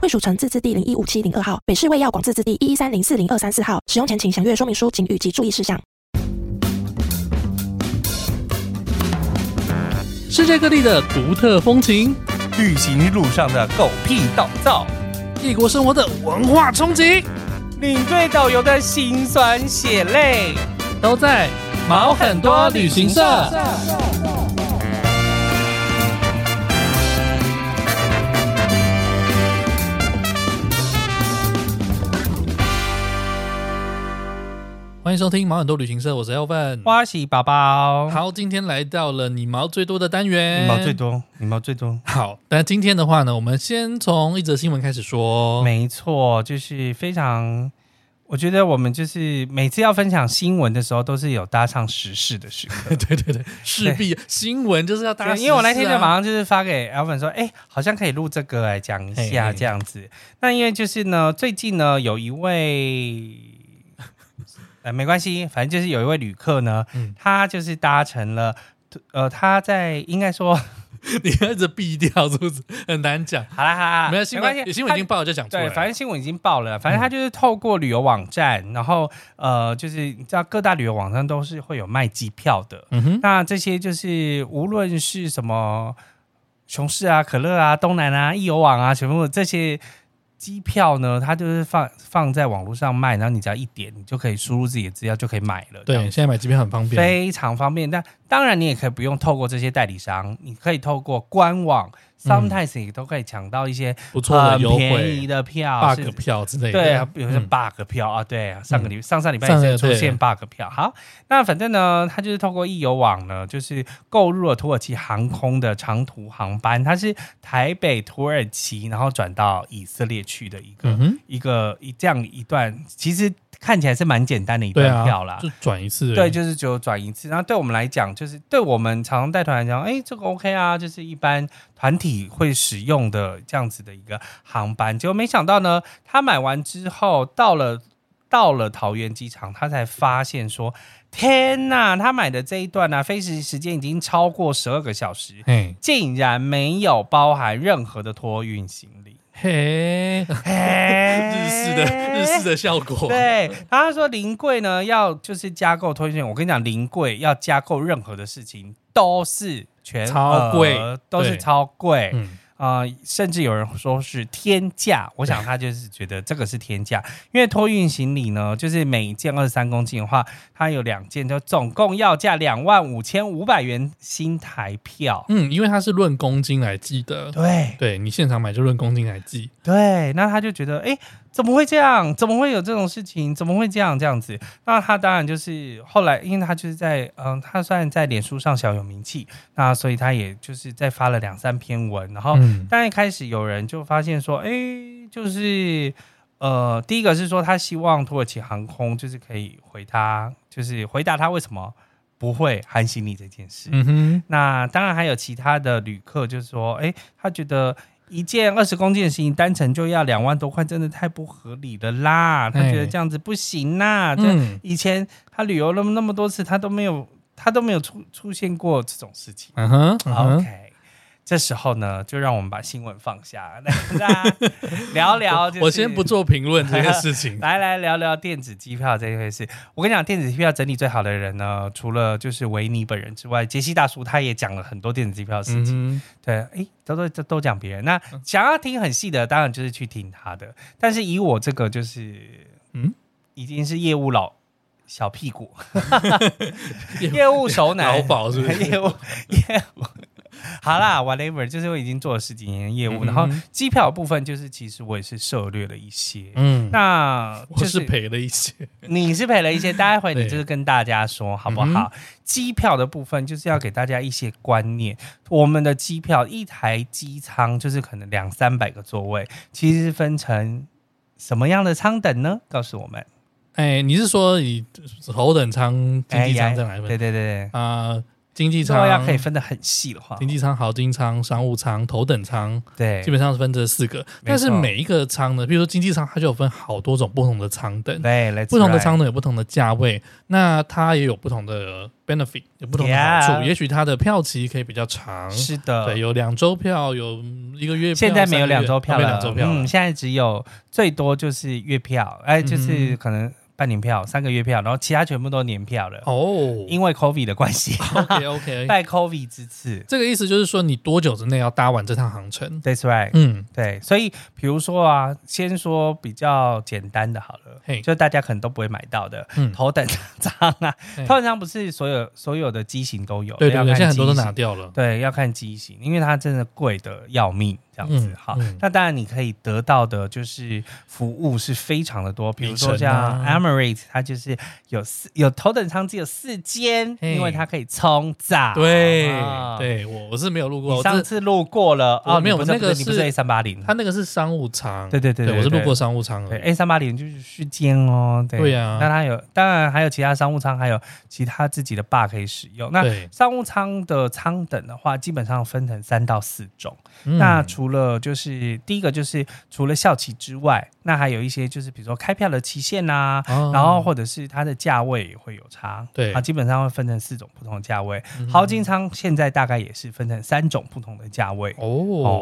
惠蜀城自治地零一五七零二号，北市卫药广自治地一一三零四零二三四号。使用前请详阅说明书、警语及注意事项。世界各地的独特风情，旅行路上的狗屁倒灶，异国生活的文化冲击，领队导游的辛酸血泪，都在毛很多旅行社。欢迎收听毛很多旅行社，我是 Elvin。花喜宝宝，好，今天来到了你毛最多的单元，你毛最。多，你毛最多。好，那今天的话呢，我们先从一则新闻开始说。没错，就是非常。我觉得我们就是每次要分享新闻的时候，都是有搭上时事的时 刻。对对对，势必新闻就是要大家、啊对因为我那天就马，上就是发给 Alvin 说，哎、好像可以录这个来讲一嘿下嘿这样子。那因为就是呢，最近呢有一位， 呃，没关系，反正就是有一位旅客呢，嗯他就是搭乘了，呃，他在应该说，你要一直避掉，是不是很难讲？好啦好啦，没有 啊没新关系，闻，新闻已他经报了就讲出来对，了。嗯反正新闻已经报了，反正他就是透过旅游网站，然后呃，就是你知道各大旅游网站都是会有卖机票的，嗯哼，那这些就是无论是什么熊市啊、可乐啊、东南啊、易游网啊，全部这些机票呢，它就是放放在网络上卖，然后你只要一点，你就可以输入自己的资料就可以买了，对，这样现在买机票很方便。非常方便。但当然，你也可以不用透过这些代理商，你可以透过官网，sometimes 嗯你都可以抢到一些不错的很优便宜惠的票， ，bug 是票之类的。对啊，比如说嗯 bug 票、啊，对啊，上个礼、上上礼拜上个也是出对现 bug 票。好，那反正呢，他就是透过易游网呢，就是购入了土耳其航空的长途航班，它是台北土耳其，然后转到以色列去的一个、嗯哼，一个一这样一段，其实看起来是蛮简单的一对段票啦啊，。就转一次而已。对，就是只有转一次。然后对我们来讲，就是对我们常常带团来讲，哎，这个 OK 啊，就是一般团体会使用的这样子的一个航班。结果没想到呢，他买完之后到了。到了桃园机场，他才发现说：“天呐，他买的这一段呢、啊，飞时时间已经超过十二个小时，嘿，竟然没有包含任何的托运行李。嘿， 日式的日式的效果。对，然后他说临柜呢要就是加购推荐，我跟你讲，临柜要加购任何的事情都是全超贵额都是对超贵。嗯，呃，甚至有人说是天价，我想他就是觉得这个是天价，因为托运行李呢，就是每一件二十三公斤的话，它有两件，就总共要价两万五千五百元新台票。嗯，因为它是论公斤来计的，对嗯对你现场买就论公斤来计。对，那他就觉得，哎，怎么会这样？怎么会有这种事情？怎么会这样这样子？那他当然就是后来，因为他就是在，嗯，他虽然在脸书上小有名气，那所以他也就是在发了两三篇文，然后嗯，哦但一开始有人就发现说，哎、就是呃，第一个是说他希望土耳其航空就是可以回他，就是回答他为什么不会含行李这件事。嗯哼，那当然还有其他的旅客，就是说，哎、他觉得一件二十公斤的行李单程就要两万多块，真的太不合理了啦！他觉得哎这样子不行啦。这嗯以前他旅游那么那么多次，他都没有他都没有出出现过这种事情。嗯哼，嗯哼 OK，这时候呢，就让我们把新闻放下，来大家聊聊、就 是我先不。做评论这件事 情。来来聊聊电子机票这一回事。我跟你讲，电子机票整理最好的人呢，除了就是维尼本人之外，杰西大叔他也讲了很多电子机票的事嗯情。哼，嗯对，诶，都都都讲别人。那想要听很细的，当然就是去听他的。但是以我这个就是，嗯嗯，已经是业务老小 屁股，业务业务熟男， 劳保是不是业务业务好啦，whatever，就是我已经做了十几年业嗯务，然后机票的部分就是其实我也是涉略了一些。嗯，那我就是是赔嗯了一些，你是赔了一些，待会你对就是跟大家说好不好？机票的部分就是要给大家一些观念。我们的机票一台机舱就是可能两三百个座位，其实是分成什么样的舱等呢？告诉我们。哎，你是说以头等舱、经济舱这样来哎对分对对对，啊？经济如果舱要可以分得很细的话，经济舱、豪金舱、商务舱、头等舱，对，基本上是分这四个。但是每一个舱呢，比如说经济舱，它就有分好多种不同的舱等，对，let's 不同的 ride 舱等有不同的价位，那它也有不同的 benefit，有不同的好 Yeah 处。也许它的票期可以比较长，是的，对，有两周票，有一个月票，现在三个没有月两周票哦没有了，两周票了嗯，现在只有最多就是月票，哎、嗯就是可能半年票、三个月票，然后其他全部都年票了。哦哎因为 COVID 的关系， ，OK OK，拜 COVID 之赐这个意思就是说你多久之内要搭完这趟航程？ ，That's right。嗯，对，所以比如说啊，先说比较简单的好了嘿，就大家可能都不会买到的，嗯头等舱啊，嘿头等舱不是所有所有的机型都有，对对哦要对，看现在很多都机型拿掉了。对，要看机型，因为它真的贵的要命，这样子嗯哈、嗯那当然，你可以得到的就是服务是非常的多，比如说里程啊像 Emirates，它就是有四有头等舱只有四间，嘿因为它可以冲澡。对啊，对，我我是没有路过，你我上这次路过了我哦，没有你不是那个不是你不是是 A 三八零，它那个是商务舱，对对对对我是路对过商务舱对哎而已。 A 三八零就是续间哦，对对啊呀那它有，当然还有其他商务舱，还有其他自己的 bar 可以使用。那对，商务舱的舱等的话，基本上分成三到四种。嗯那除了就是第一个就是除了效期之外，那还有一些就是比如说开票的期限呐、哦然后或者是它的价位也会有差，对嗯啊，基本上会分成四种不同的价位。豪金舱现在大概也是分成三种不同的价位。哦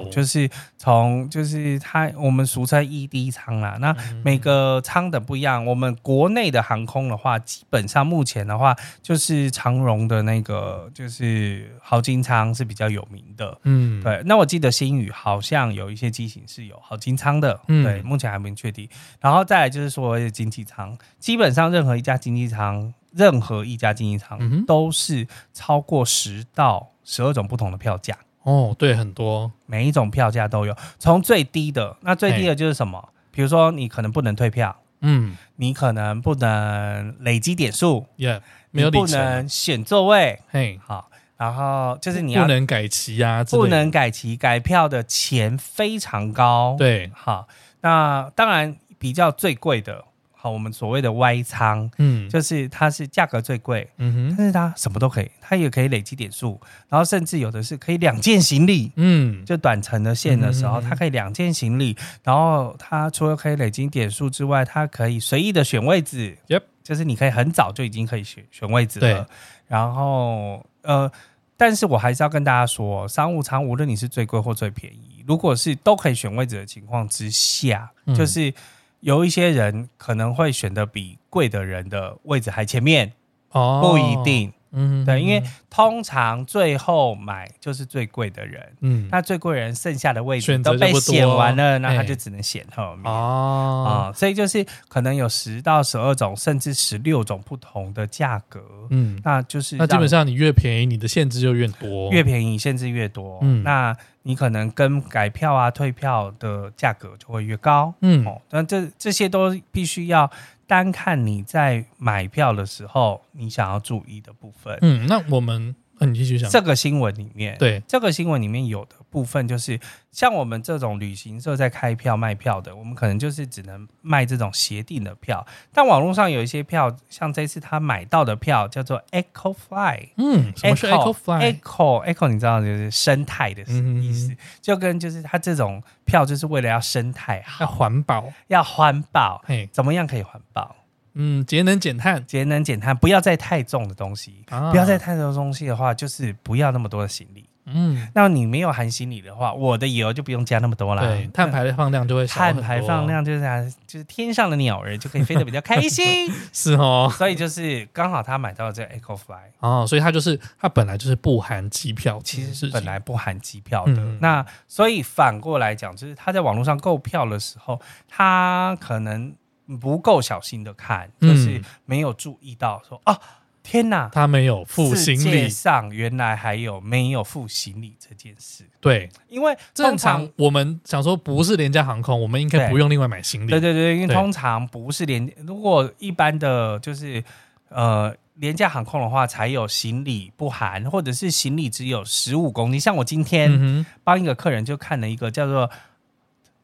哦，，就是从就是它我们俗称 ED 舱啦，那嗯每个舱等不一样。我们国内的航空的话，基本上目前的话，就是长荣的那个就是豪金舱是比较有名的。嗯，对，那我记得新宇好像有一些机型是有好金仓的，嗯对，目前还没确定。然后再来就是所谓的经济舱，基本上任何一家经济舱，任何一家经济嗯舱哼都是超过十到十二种不同的票价，哦，对，很多，每一种票价都有，从最低的，那最低的就是什么？比如说你可能不能退票，嗯你可能不能累积点数， ，Yeah，没有你里不程，能选座位，嘿，好，然后就是你要不能改期啊，之类不的能改期改票的钱非常高，对，好，那当然比较最贵的，好，我们所谓的 Y 仓，嗯，就是它是价格最贵，嗯但哼，是它什么都可以，它也可以累积点数，然后甚至有的是可以两件行李。嗯，就短程的线的时嗯候，嗯嗯它可以两件行李，然后它除了可以累积点数之外，它可以随意的选位置。 Yep 就是你可以很早就已经可以选选位置了对。然后呃，但是我还是要跟大家说，商务舱无论你是最贵或最便宜，如果是都可以选位置的情况之下，嗯就是有一些人可能会选的比贵的人的位置还前面，哦，不一，定。嗯，对，因为通常最后买就是最贵的人。嗯，那最贵人剩下的位置选择都就被不多显完了，那他哎就只能显后面啊、哦，所以就是可能有十到十二种，甚至十六种不同的价格，嗯，那就是那基本让上你越便宜，你的限制就越多，越便宜限制越多，嗯那你可能跟改票啊、退票的价格就会越高，嗯哦，但这这些都必须要单看你在买票的时候你想要注意的部分。嗯，那我们，那你继续讲，这个新闻里面，对，这个新闻里面有的部分就是，像我们这种旅行社在开票卖票的，我们可能就是只能卖这种协定的票。但网络上有一些票，像这次他买到的票叫做 Eco Fly。嗯，什么哎是 Eco Fly？ Eco Eco，你知道就是生态的嗯意思，就跟就是它这种票就是为了要生态要好，环保，要环保，嘿，怎么样可以环保？嗯，节能减碳，节能减碳，不要再太重的东西，啊不要再太重的东西的话，就是不要那么多的行李。嗯，那你没有含行李的话，我的油就不用加那么多啦。对，碳排放量就会少很碳多排放量就是啊，就是天上的鸟儿就可以飞得比较开心。是 哦，所以就是刚好他买到了这个 EcoFly，哦，所以它就是它本来就是不含机票这其件事情，实是本来不含机票的。嗯那所以反过来讲，就是他在网络上购票的时候，嗯他可能不够小心的看，就是没有注意到说哦。天哪！他没有付世行界李，上原来还有没有付行李这件事，对，因为正通常我们想说不是廉价航空，我们应该对不用另外买行李。对对对，因为对通常不是廉，如果一般的就是呃廉价航空的话，才有行李不含，或者是行李只有十五公斤。像我今天嗯哼，帮一个客人就看了一个叫做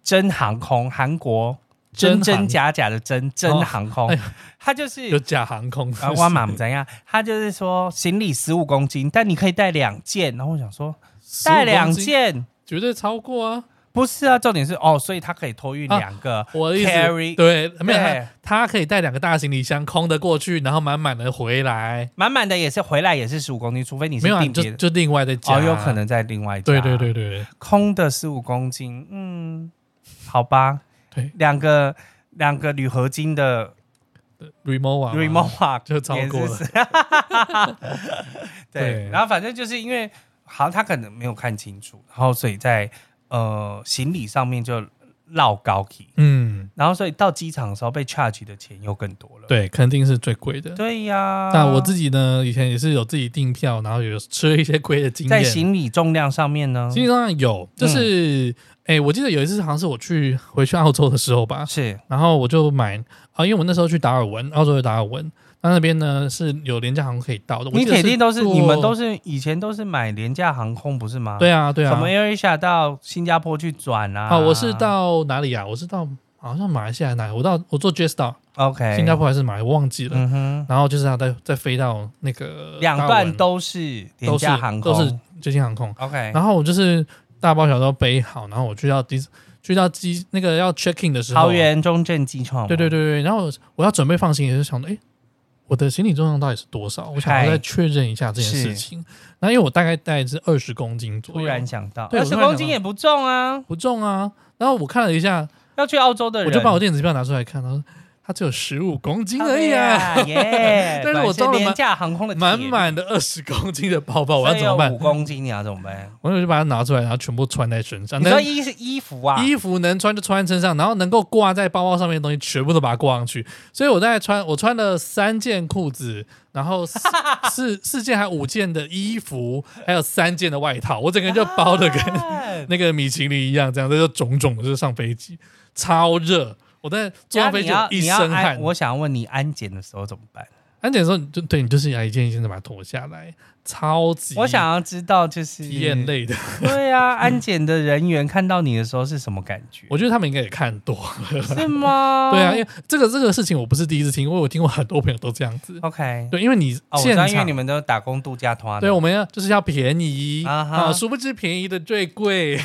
真航空，韩国真真真航假假的真真哦航空哎呦，它就是有假航空啊，我妈怎样？他就是说行李十五公斤，但你可以带两件。然后我想说，带两， 15公斤件绝对超过啊！不是啊，重点是哦，所以他可以托运啊两个。我的意思 Carry- 对，没有对他，他可以带两个大行李箱空的过去，然后满满的回来。满满的也是回来也是十五公斤，除非你是没有啊，定你就别的就另外再加，哦，有可。能在另外加对对对对空的十五公斤，嗯，好吧，对两个两个铝合金的对，remova 嘛 remova 就超过了也是对对，然后反正就是因为好像他可能没有看清楚，然后所以在呃行李上面就落高起，嗯，然后所以到机场的时候被 charge 的钱又更多了。对，肯定是最贵的。对啊呀、那我自己呢，以前也是有自己订票，然后有吃一些亏的经在验。行嗯李重量上面呢，实际上有，就是哎、我记得有一次好像是我去回去澳洲的时候吧，是然后我就买啊，因为我那时候去达尔文，澳洲的达尔文，那那边呢是有廉价航空可以到的。我你记得肯定都是坐你们都是以前都是买廉价航空不是吗？对啊对啊。什么 AirAsia 到新加坡去转啊？啊，我是到哪里啊？我是到好像马来西亚哪里？我到我坐 JetStar， OK 新加，坡还是马来，我忘记了。哎嗯哼，然后就是要再再飞到那个两达尔段文都哎是廉都是价航空，都是最近航空。 OK，然后我就是大包小包背好，然后我去到机去到机那个要 check in 的时候，桃园中正机场，对对对对，然后我要准备放行李，就想到，哎，我的行李重量到底是多少？我想嗨要再确认一下这件事情。那因为我大概带是二十公斤左右，突然想到，对二我突十然想到公斤也不重啊。不重啊。然后我看了一下，要去澳洲的人，我就把我电子票拿出来看，然后它只有十五公斤而已啊，啊，耶！但是我装了本来满廉价航空的铁 满，满的二十公斤的包包，我要怎么所以有办？五公斤你要怎么办？我就把它拿出来，然后全部穿在身上。你说能衣是衣服啊，衣服能穿就穿在身上，然后能够挂在包包上面的东西全部都把它挂上去。所以我大概穿我穿了三件裤子，然后 四四四件还五件的衣服，还有三件的外套，我整个人就包的 跟跟那个米其林一样，这样这就肿肿的，就是上飞机超热。我在坐上飞机我一身汗。我想问你安检的时候怎么办？安检的时候，你就对你就是要一件一件的把它脱下来，超级我想要知道就是体验类的。对 啊，安检的人员看到你的时候是什么感觉？我觉得他们应该也看多了。是 吗？对啊，因为这个这个事情我不是第一次听，因为我听过很多朋友都这样子。 OK，对，因为你哦，我知现道，场，因为你们都打工度假团，对，我们要就是要便宜啊啊哈殊不知便宜的最贵，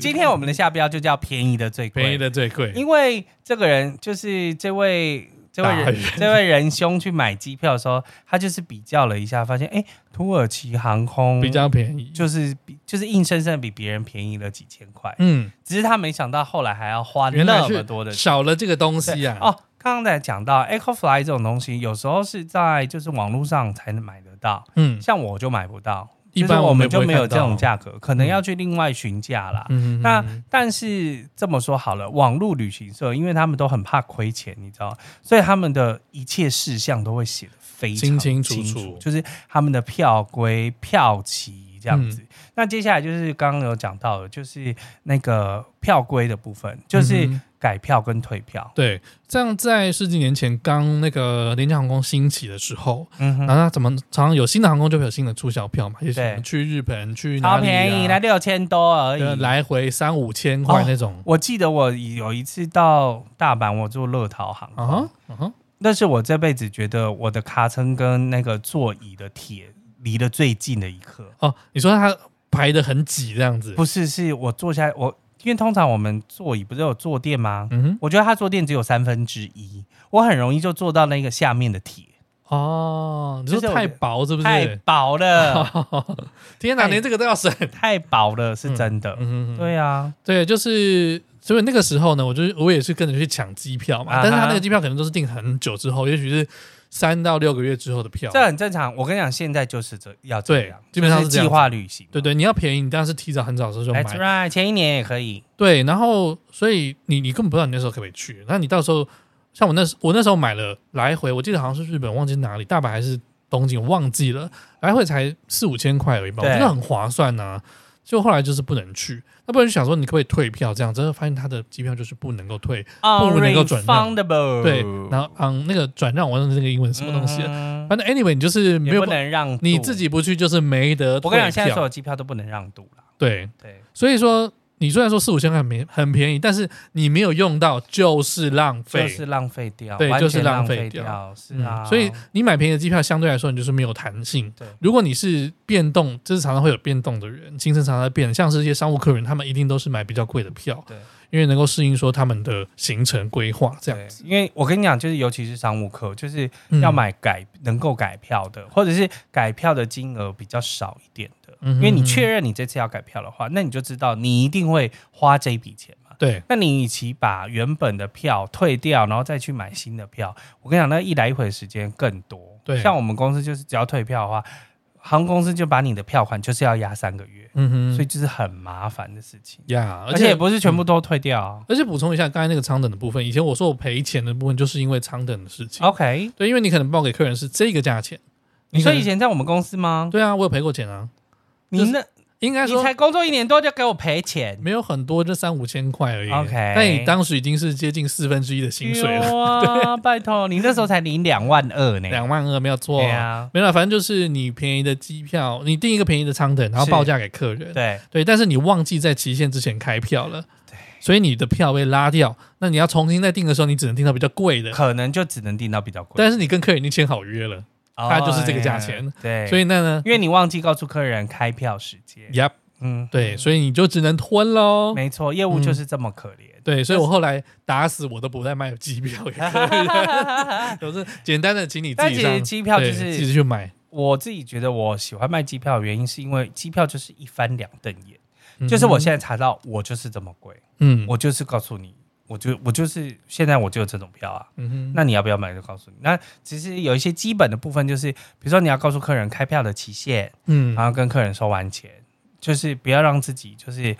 今天我们的下标就叫便宜的最贵，便宜的最贵。因为这个人就是这位这位大人人 这位仁兄去买机票的时候，他就是比较了一下，发现哎、诶土耳其航空比较便宜，嗯就是比就是硬生生地比别人便宜了几千块，嗯，只是他没想到后来还要花原来啊那么是多的钱。少了这个东西啊。哦，刚刚才讲到 EcoFly 这种东西，有时候是在就是网络上才能买得到，嗯，像我就买不到，一就是般我们就没有这种价。价格，可能要去另外询价啦。嗯，那嗯但是这么说好了，网络旅行社因为他们都很怕亏钱，你知道，所以他们的一切事项都会写的非常清清楚楚楚就是他们的票规、票期这样子。嗯那接下来就是刚刚有讲到的，就是那个票规的部分，就是嗯改票跟退票。对，这样在十几年前刚那个廉价航空兴起的时候，嗯然哼，后它怎么常常有新的航空就会有新的促销票嘛，也许对什么去日本去哪超里啊便宜，来六千多而已对。来回三五千块哦那种。我记得我有一次到大阪，我坐乐桃航啊哈啊哈，那是我这辈子觉得我的卡层跟那个座椅的铁离得最近的一刻。哦，你说它排的很挤这样子？不是，是我坐下来，我因为通常我们座椅不是有坐垫吗？嗯哼，我觉得它坐垫只有三分之一，我很容易就坐到那个下面的铁，哦，你说就是我太觉得薄是不太是？薄了， 天哪，太连这个都要省。太薄了，是真的。嗯，对啊，对，就是所以那个时候呢，我就是我也是跟着去抢机票嘛，但是啊哈他那个机票可能都是订很久之后，也许是三到六个月之后的票。这很正常。我跟你讲，现在就是这要这对样，基本上就是这样计划旅行。对对，你要便宜，你当然是提早很早的时候就买。 ，That's right，前一年也可以。对，然后所以你你根本不知道你那时候可不可以去，那你到时候像我那时我那时候买了来回，我记得好像是日本，忘记哪里，大阪还是东京，我忘记了，来回才四五千块而已吧，我对觉得很划算呐、就后来就是不能去，那不然就想说你可不可以退票这样，真的发现他的机票就是不能够退，不能够转让 Unrefundable 对，然后嗯那个转让我忘记那个英文是什么东西了，呃嗯反正 anyway 你就是没也有不办能让渡你自。己不去就是没得我退跟你讲，现在所票，有机票都不能让渡了。对，对，所以说你虽然说四五千块很便很便宜，但是你没有用到就是浪费，就是浪费掉，对完就是全浪浪费费掉掉，是嗯啊。所以你买便宜的机票相对来说你就是没有弹性。对如果你是变动，就是常常会有变动的人，行程常常在变，像是一些商务客人，他们一定都是买比较贵的票，对，因为能够适应说他们的行程规划这样子。对因为我跟你讲，就是尤其是商务客，就是嗯要，买改、能够改票的，或者是改票的金额比较少一点的，嗯哼因为你确认你这次要改票的话，那你就知道你一定会花这一笔钱嘛。对，那你与其把原本的票退掉，然后再去买新的票，我跟你讲，那一来一回的时间更多。对像我们公司就是只要退票的话，航空公司就把你的票款就是要压三个月，嗯哼，所所以就是很麻烦的事情。以呀，而而且也且嗯不是全部都退掉啊、而且补充一下刚才那个舱等的部分，以前我说我赔钱的部分就是因为舱等的事情。 OK，对，因为你可能报给客人是这个价钱，你嗯可说能以前在我们公司吗？对啊，我有赔过钱啊，就你是那应该你说才工作一年多就给我赔钱，没有很多，就三五千块而已。 OK 但你当时已经是接近四分之一的薪水 了，丢啊！拜托，你那时候才领两万二呢，两万二没有错。对啊，没有啦，反正就是你便宜的机票，你订一个便宜的舱等，然后是报价给客人。对对，但是你忘记在期限之前开票了，对，所以你的票被拉掉。那你要重新再订的时候，你只能订到比较贵的。可能就只能订到比较贵，但是你跟客人已经签好约了，哦它就是这个价钱对，所以那呢因为你忘记告诉客人开票时间， ，Yep，嗯，对，嗯所以你就只能吞喽。没错，业务就是这么可怜。对，所以我后来打死我都不再卖机票给 客人， 都是简单的请你自但己其上实。机票就对自己是去买，我自己觉得我喜欢卖机票的原因，是因为机票就是一翻两瞪眼，就是我现在查到我就是这么贵，嗯，嗯我就是告诉你，我就我就是现在我就有这种票啊，嗯哼，那你要不要买就告诉你。那其实有一些基本的部分，就是比如说你要告诉客人开票的期限，嗯然后跟客人收完钱，就是不要让自己就是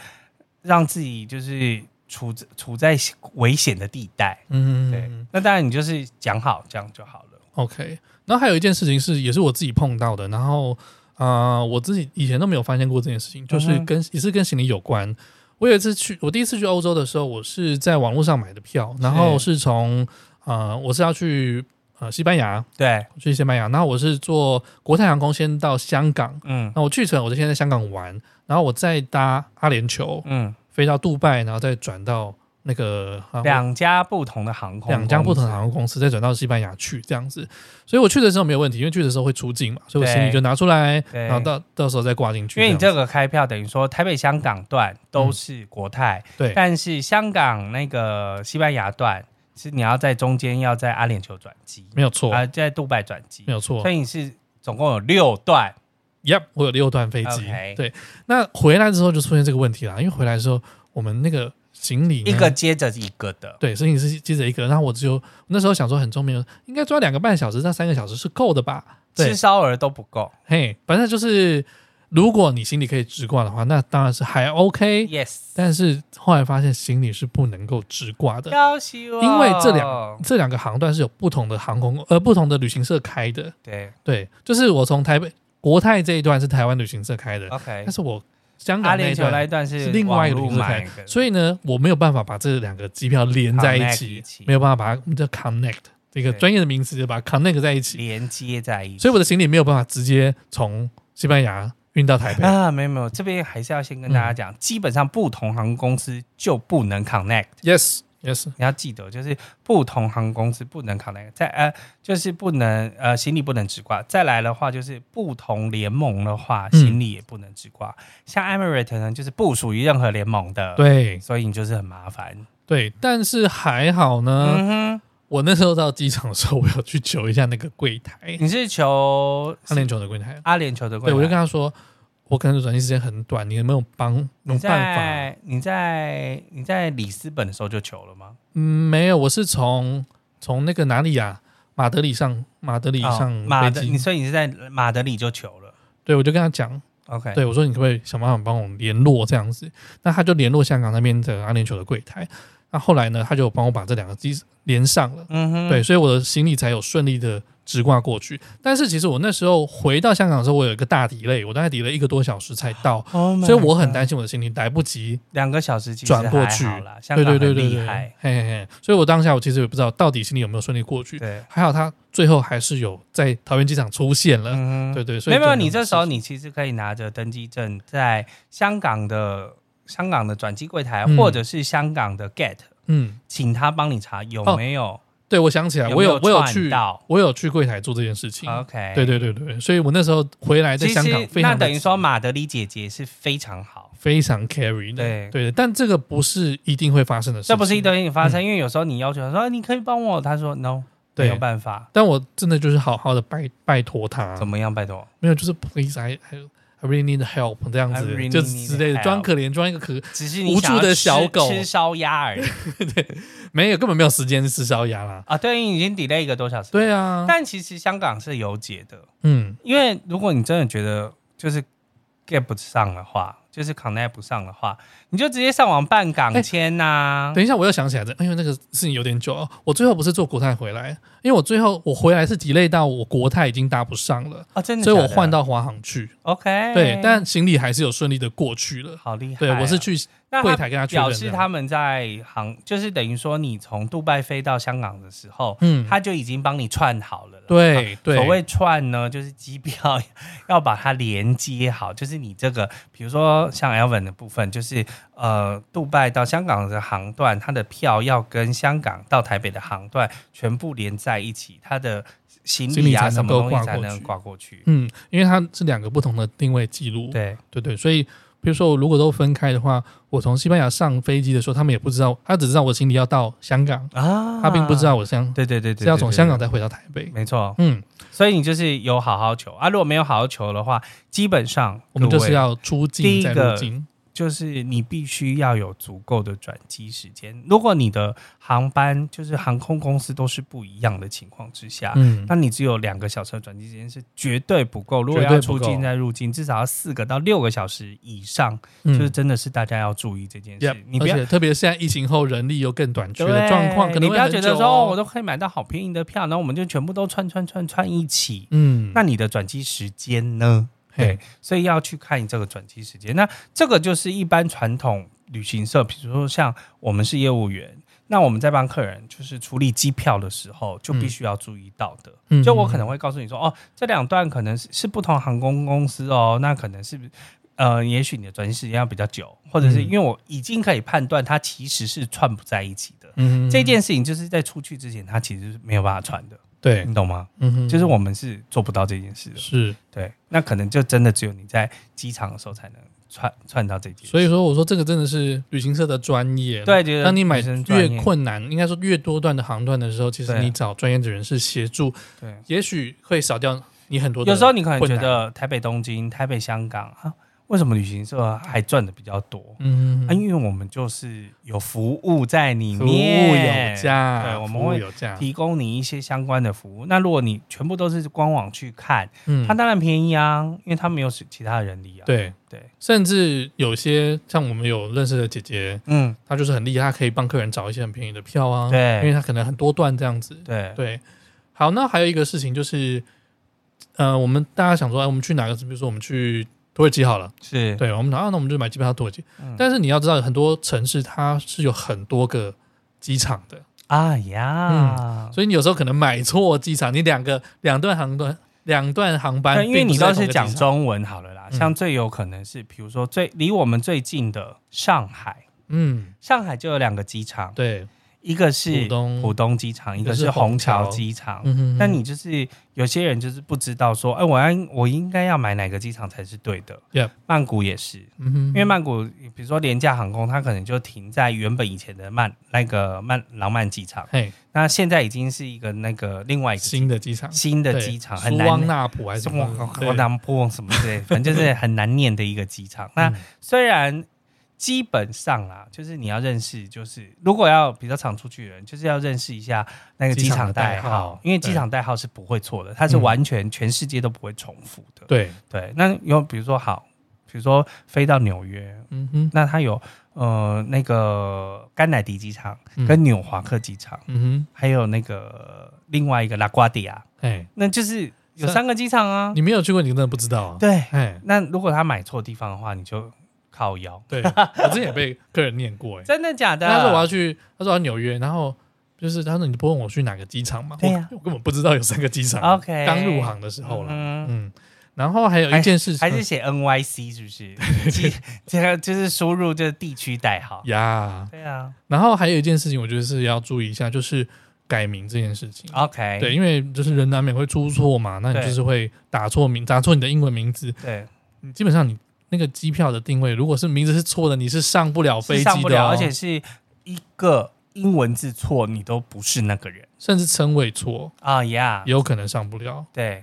让自己就是处处在危险的地带。嗯对，那当然你就是讲好，这样就好了。 OK，然后还有一件事情是，也是我自己碰到的，然后啊、呃我自己以前都没有发现过这件事情，就是嗯哼跟、也是跟行李有关。我有一次去，我第一次去欧洲的时候，我是在网络上买的票，然后是从呃，我是要去呃西班牙，对，去西班牙，然后我是坐国泰航空先到香港，嗯那我去程我就先在香港玩，然后我再搭阿联酋嗯，飞到杜拜，然后再转到那个啊两家不同的航空，两家不同的航空公司，再转到西班牙去这样子。所以我去的时候没有问题，因为去的时候会出境嘛，所以我行李就拿出来，对然后到到时候再挂进去因样子。嗯为你这个开票等于说台北香港段都是国泰，对但是香港那个西班牙段是你要在中间要在阿联酋转机，没有错，啊、在杜拜转机没，有错所。以你是总共有六段， Yep，我有六段飞机。 OK 对，那回来之后就出现这个问题啦，因为回来的时候我们那个行李呢一个接着一个的。对，所以你是接着一个，然后我只有那时候想说很重没有，应该抓两个半小时到三个小时是够的吧？对吃，烧鹅都不够嘿，反正就是如果你行李可以直挂的话，那当然是还 OK。 ，yes，但是后来发现行李是不能够直挂的，要希望因为这两这两个航段是有不同的航空呃不同的旅行社开的。对对，就是我从台北国泰这一段是台湾旅行社开的， ，OK，但是我香哦阿港那联一酋那一段段是是另外一个网旅路行社买开的，，所以呢，我没有办法把这两个机票连在一 Connect 起一起，没有办法把它我们叫 connect 这个对专业的名词就把它 connect 在一起，连接在一起。所以我的行李没有办法直接从西班牙运到 台北。啊，没有没有，这边还是要先跟大家讲，基本上不同航空公司就不能 connect，嗯 Yes Yes，你要记得，就是不同航空公司不能 connect，在呃，就是不能呃，行李不能直挂。再来的话，就是不同联盟的话，嗯行李也不能直挂。像 Emirates 呢，就是不属于任何联盟的，，对所以你就是很麻烦。对，但是还好呢。嗯哼，我那时候到机场的时候，我有去求一下那个柜台，你是求阿联酋的柜台。阿联酋的贵对，吗，我就跟他说，我可能转机时间很短，你有没有帮有你办法？在你在你在里斯本的时候就求了吗？嗯，没有，我是从从那个哪里呀、马德里上马德里哦上马飞德，你机。所以你是在马德里就求了对，我就跟他讲， ，OK，对我说你可不可以想办法帮我联络这样子？那他就联络香港那边的阿联酋的柜台。然那后来呢，他就帮我把这两个机连上了。嗯哼，对，所以我的行李才有顺利的直挂过去。但是其实我那时候回到香港的时候，我有一个大 delay，我大概 delay 一个多小时才到， Oh my 所以我很 God 担心我的行李来不及两个小时其实转过还去好啦，香对对港对很对厉对，害嘿，嘿嘿。所以我当下我其实也不知道到底行李有没有顺利过去，对，还好他最后还是有在桃园机场出现了。嗯哼对对，所没以有没就有，没你这事时候情你其实可以拿着登机证，在香港的香港的转机柜台，嗯或者是香港的 Gate，嗯，请他帮你查有哦没有。对我想起来，有我没有有我有串去到我有去柜台做这件事情。 OK，对。对对对，所以我那时候回来在其香港实非常那的等于说马德里姐姐是非常好，非常 carry 的，对对的，但这个不是一定会发生的事情，这不是一堆你发生，因为有时候你要求她说哎你可以帮我，她说 no，没对有办法，但我真的就是好好的拜拜托他，怎么样，拜托，没有就是 please I I I really need help 这样 I 子 really 就 need 之类的， help 装可怜装一个可只是你无想要助的吃小狗吃烧鸭而已 没有根本没有时间吃烧鸭啦，啊，对，已经 delay 一个多小时，对啊，但其实香港是有解的，嗯因为如果你真的觉得就是 get 不上的话，就是 connect 不上的话，你就直接上网办港签啊呐、等一下，我又想起来这，因为那个事情有点久哦。我最后不是坐国泰回来，因为我最后我回来是 delay 到我国泰已经搭不上了，啊，真的所假的，以我换到华航去。 OK，对，但行李还是有顺利的过去了。好厉害、啊对，我是。去那柜他台跟他确认表示的他们在航，就是等于说你从杜拜飞到香港的时候，嗯，他就已经帮你串好了啦。对对，所谓串呢，就是机票 要把它连接好，就是你这个，比如说像 Elvin 的部分，就是呃，杜拜到香港的航段，它的票要跟香港到台北的航段全部连在一起，它的行行李李啊才什能么够东西挂才过能去挂过去。嗯，因为它是两个不同的定位记录。对，对对，所以比如说我如果都分开的话，我从西班牙上飞机的时候，他们也不知道，他只知道我行李要到香港，啊嗯他并不知，道我香对对对对，是要从香港的，再回到台北。没错。嗯，所以你就是有好好求啊，如果没有好好求的话，基本上我们就各是位要出第境一再个入境。就是你必须要有足够的转机时间。如果你的航班就是航空公司都是不一样的情况之下，嗯啊那你只有两个小时的转机时间是绝对不够。如果绝对要不出够境再入境，至少要四个到六个小时以上，嗯就是真的是大家要注意这件事。 Yep，你不要而。且特别现在疫情后人力又更短缺的对状况，可能你不会要很觉久得说哦哦，我都可以买到好便宜的票，然后我们就全部都串串串串一起。嗯，那你的转机时间呢？嘿对，所以要去看你这个转机时间。那这个就是一般传统旅行社，比如说像我们是业务员，那我们在帮客人就是处理机票的时候，就必须要注意到的。嗯就我可能会告诉你说，哦，这两段可能是是不同航空公司哦，那可能是。呃，也许你的转机时间要比较久，或者是嗯因为我已经可以判断它其实是串不在一起的。嗯这件事情就是在出去之前，它其实是没有办法串的，对你，懂吗？嗯哼就是我们是做不到这件事的。是，对，那可能就真的只有你在机场的时候才能串串到这件事。所以说我说这个真的是旅行社的专业。，对，觉得当你买女生专业越困难，应该说越多段的航段的时候，其实对你找专业的人士协助，对，也许会少掉你很多的。有时候你可能困觉难得台北、东京、台北、香港啊，为什么旅行社还赚的比较多？嗯，啊，因为我们就是有服务在里服务面，有价，对我们服务会有价，提供你一些相关的服务。那如果你全部都是官网去看，嗯它当然便宜啊，因为它没有其他人力啊。对对，甚至有些像我们有认识的姐姐，嗯，她就是很厉害，她可以帮客人找一些很便宜的票啊，对因为她可能很多段这样子，对，对，好，那还有一个事情就是，呃，我们大家想说，哎，我们去哪个？比如说我们去土耳其好了，是，对，我们想啊，那我们就买机票到土耳其。嗯但是你要知道，很多城市它是有很多个机场的，啊呀，所以你有时候可能买错机场，你两个两段航段两段航班对，并因不在为同你一个都机场，是讲中文好了啦，嗯像最有可能是，比如说最离我们最近的上海，嗯，上海就有两个机场，对，一个是浦东浦东机场，一个个是是虹虹桥桥机场。嗯哼，但你就是有些人就是不知道说，哎、我要我应该要买哪个机场才是对的。 Yep 曼谷也是，嗯哼，因为曼谷比如说廉价航空，它可能就停在原本以前的曼那个曼廊曼机场，嘿那现在已经是一个那个另外一个新的机场，新的对机场，苏很难汪纳普还是什什么么？河对南坡什么之 类的，反正就是很难念的一个机场。那嗯虽然基本上啦，就是你要认识，就是如果要比较常出去的人，就是要认识一下那个机场代机场的代号号，因为机场代号是不嗯会错的，它是完全全世界都不会重复的。对，对，那有比如说好，比比如说飞到纽约，嗯哼，那它有呃那个甘乃迪机场嗯跟纽华克机场，嗯还有那个另外一个拉瓜迪亚，哼，哎，那就是是有啊三个机场啊。你没有去过，你真的不知道啊。，对，哎，那如果他买错地方的话，你就靠腰。对我之前也被客人念过，哎，真的假的？他说我要去，他说我要纽约，然后就是他说你不问我去哪个机场嘛，对呀我我根本不知道有三个机场。啊 OK，刚入行的时候啦，嗯，哎嗯，然后还有一件事情还是写 NYC 是不是？记这个 就是输入这个地区代号。呀，对啊然后还有一件事情，我觉得是要注意一下，就是改名这件事情。哦，OK，对，因为就是人难免会出错嘛，那你对就是会打错名，打错你的英文名字，对，你基本上你那个机票的定位，如果是名字是错的，你是上不了飞是机上不的、了，哦，而且是一个英文字错，你都不是那个人甚至称谓错，啊哎呀。也有可能上不了。对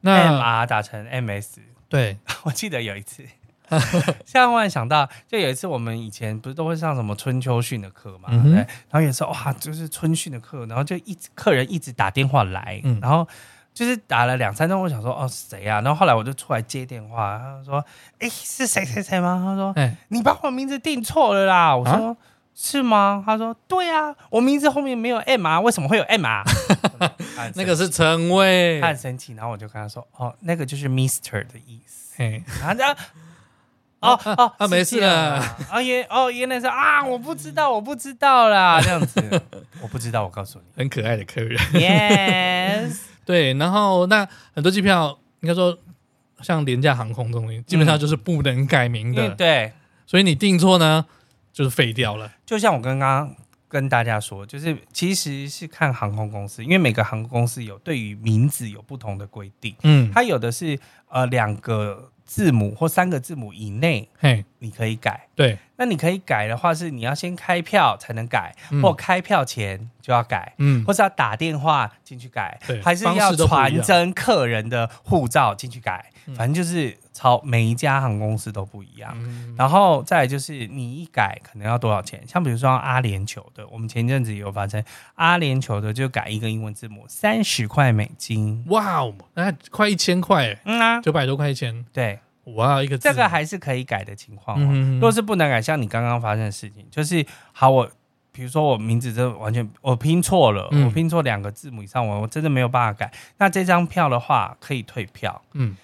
那，MR 打成 MS，对，我记得有一次， 现在忽然想到，就有一次我们以前不是都会上什么春秋训的课嘛，嗯对哼，然后有时候哇，就是春训的课，然后就一直客人一直打电话来，嗯然后就是打了两三通，我想说哦谁啊，然后后来我就出来接电话，他说哎是谁谁谁吗？他说 哎，你把我名字定错了啦，我说。啊是吗？他说对啊，我名字后面没有 M 啊，为什么会有 M 啊？ 那个是称谓他，很生气，然后我就跟他说：“哦，那个就是 Mister 的意思。”嘿，啊，这样哦啊哦啊没事啦是这样啊，啊原哦原来是啊，我不知道，我不知道啦，这样子， 我不知道，我告诉 很可爱的客人。你，yes， 对，然后那很多机票应该说像廉价航空这种东西，基本上就是不能改名因的，为嗯对，所以你订错呢就是废掉了。就像我刚刚跟大家说，就是其实是看航空公司，因为每个航空公司有对于名字有不同的规定，嗯，它有的是呃两个字母或三个字母以内嘿，你可以改。对，那你可以改的话，是你要先开票才能改，嗯或开票前就要改。嗯或，是要打电话进去改对，还是方要式都不一样传真客人的护照进去改，嗯反正就是超每一家航空公司都不一样。嗯然后再来就是你一改可能要多少钱？像比如说阿联酋的，我们前阵子也有发生阿联酋的，就改一个英文字母三十块美金。哇哦，那快一千块耶，嗯啊，九百多块钱，对，哇，一个字这个还是可以改的情况、哦。嗯如果是不能改，像你刚刚发生的事情，就是好我。比如说我名字真的完全我拼错了，嗯我拼错两个字母以上，我我真的没有办法改。那这张票的话可以退票，嗯，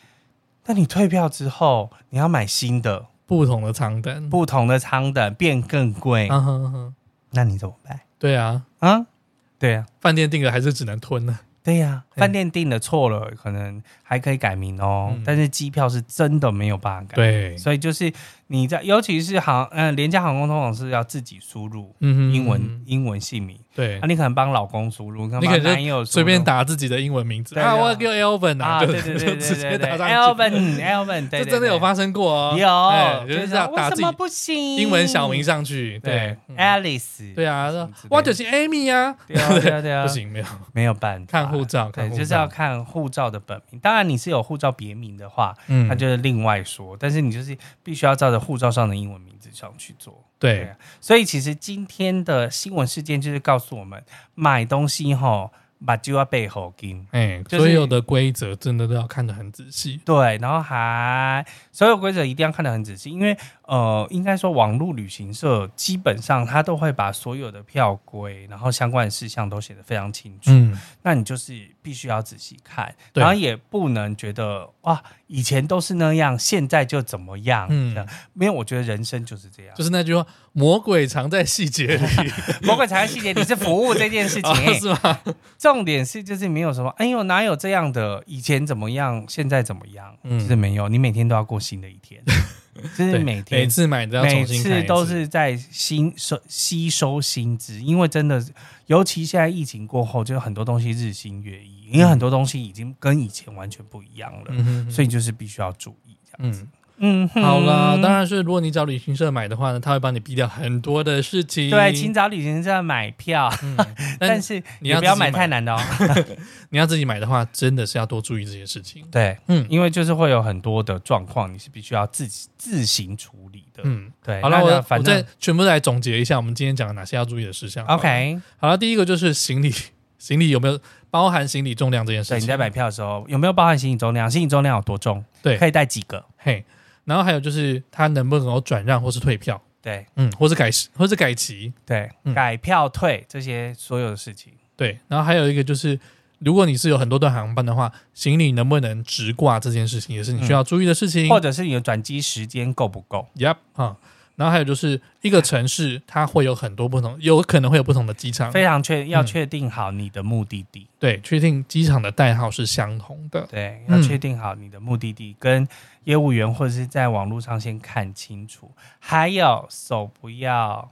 但你退票之后，你要买新的不同的舱单，不同的舱等，变更贵，啊哼哼，那你怎么办对啊，啊？对呀、啊，饭店订的还是只能吞呢。对呀、嗯饭店订的错了，可能还可以改名哦，嗯但是机票是真的没有办法改。对，嗯所以就是你在，尤其是航，嗯、廉价航空通常是要自己输入嗯哼英文、嗯英文姓名，对啊，，你可能帮老公输入，你可你能可帮能男友输入随便打自己的英文名字对啊啊，我要叫 Elvin 啊，就对对对对就直接对打对上去。 ，Elvin，Elvin，对，这对真的有，发生过哦，对有，哎就是这说样为打什自己么不行？英文小名，上去，对对嗯，Alice，对啊，啊，说么之类的哇，就是 Amy 呀，对啊， 对啊，对啊，不，行没有，没有办法，看护照，对看，护就是照要看护照的本名。当然，你是有护照别名的话，嗯那就是另外说。但是你就是必须要照着护照上的英文名字上去做。对对啊，所以其实今天的新闻事件就是告诉我们，买东西吼，把就要背后金。哎，就是所有的规则真的都要看得很仔细，对，然后还所有规则一定要看得很仔细，因为呃，应该说网络旅行社基本上它都会把所有的票规，然后相关的事项都写得非常清楚。嗯，那你就是必须要仔细看，对然后也不能觉得哇，以前都是那样，现在就怎么样？嗯嗯，没有，我觉得人生就是这样就，是那句话，魔鬼藏在细节 里，魔鬼藏在细节，你是服务这件事情、 哦是吗？重点是就是没有什么，哎呦，哪有这样的？以前怎么样，现在怎么样？嗯就是没有，你每天都要过新的一 天，就是对，每每天。次买都要每重新看次一都是在新收吸收新知，因为真的，尤其现在疫情过后，就很多东西日新月异，因为很多东西已经跟以前完全不一样了。嗯哼哼，所以就是必须要注意这样子。嗯，嗯，哼好了，当然是如果你找旅行社买的话呢，他会帮你避掉很多的事情。对，请找旅行社买票，嗯，但但是是你你要不要自己买买太难的 哦。你要自己买的话，真的是要多注意这些事情。对，嗯因为就是会有很多的状况，你是必须要自己自行处理的。嗯，对，好那了，那我我反再正全部来总结一下我们今天讲的哪些要注意的事项。 OK。好了，第一个就是行李，行李有没有包含行李重量这件事对，情？你在买票的时候有没有包含行李重量？行李重量有多重？对可以带几个？嘿，然后还有就是它能不能够转让或是退票，对嗯，或是改或是改期，对，嗯改票退这些所有的事情，对。然后还有一个就是，如果你是有很多段航班的话，行李能不能直挂这件事情也是你需要注意的事情。嗯或者是你的转机时间够不够？ Yep 啊，然后还有就是一个城市，它会有很多不同，有可能会有不同的机场，非常确要嗯确定好你的目的地，对，确定机场的代号是相同的。对，嗯要确定好你的目的地，跟业务员或者是在网络上先看清楚。还有手不要，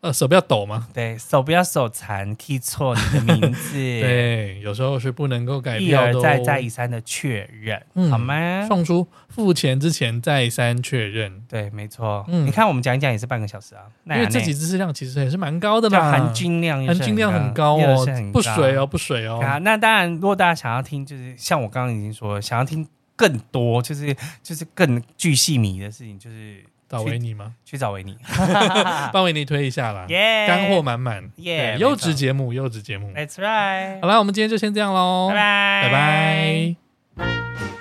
呃，手不要抖嘛，对手不要手残，记错你的名 字，，对，有时候是不能够改一票而的、哦。再再一三的确认，嗯好吗？送出付钱之前再三确认，对，没错。嗯你看我们讲一讲也是半个小时啊，因那为这集知识量其实也是蛮高的就啦，含金量也含是金量很高也哦是很，高不水哦，不水哦，啊，那当然，如果大家想要听，就是像我刚刚已经说了，想要听更多，就是就是更巨细迷的事情，就是找维尼吗？去找维尼，嗯帮维尼推一下啦，啊耶，干货满满，耶对没优错质节目，优质节目。 ，That's right，好啦，我们今天就先这样喽，拜拜，拜拜。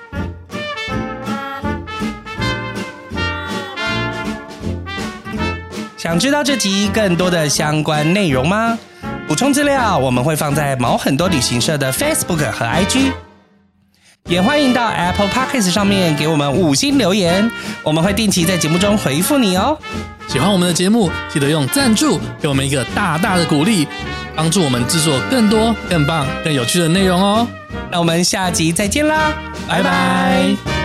想知道这集更多的相关内容吗？补充资料我们会放在毛很多旅行社的 Facebook 和 IG，也欢迎到 Apple Podcast 上面给我们五星留言，我们会定期在节目中回复你哦。喜欢我们的节目，记得用赞助给我们一个大大的鼓励，帮助我们制作更多、更棒、更有趣的内容哦。那我们下集再见啦，拜拜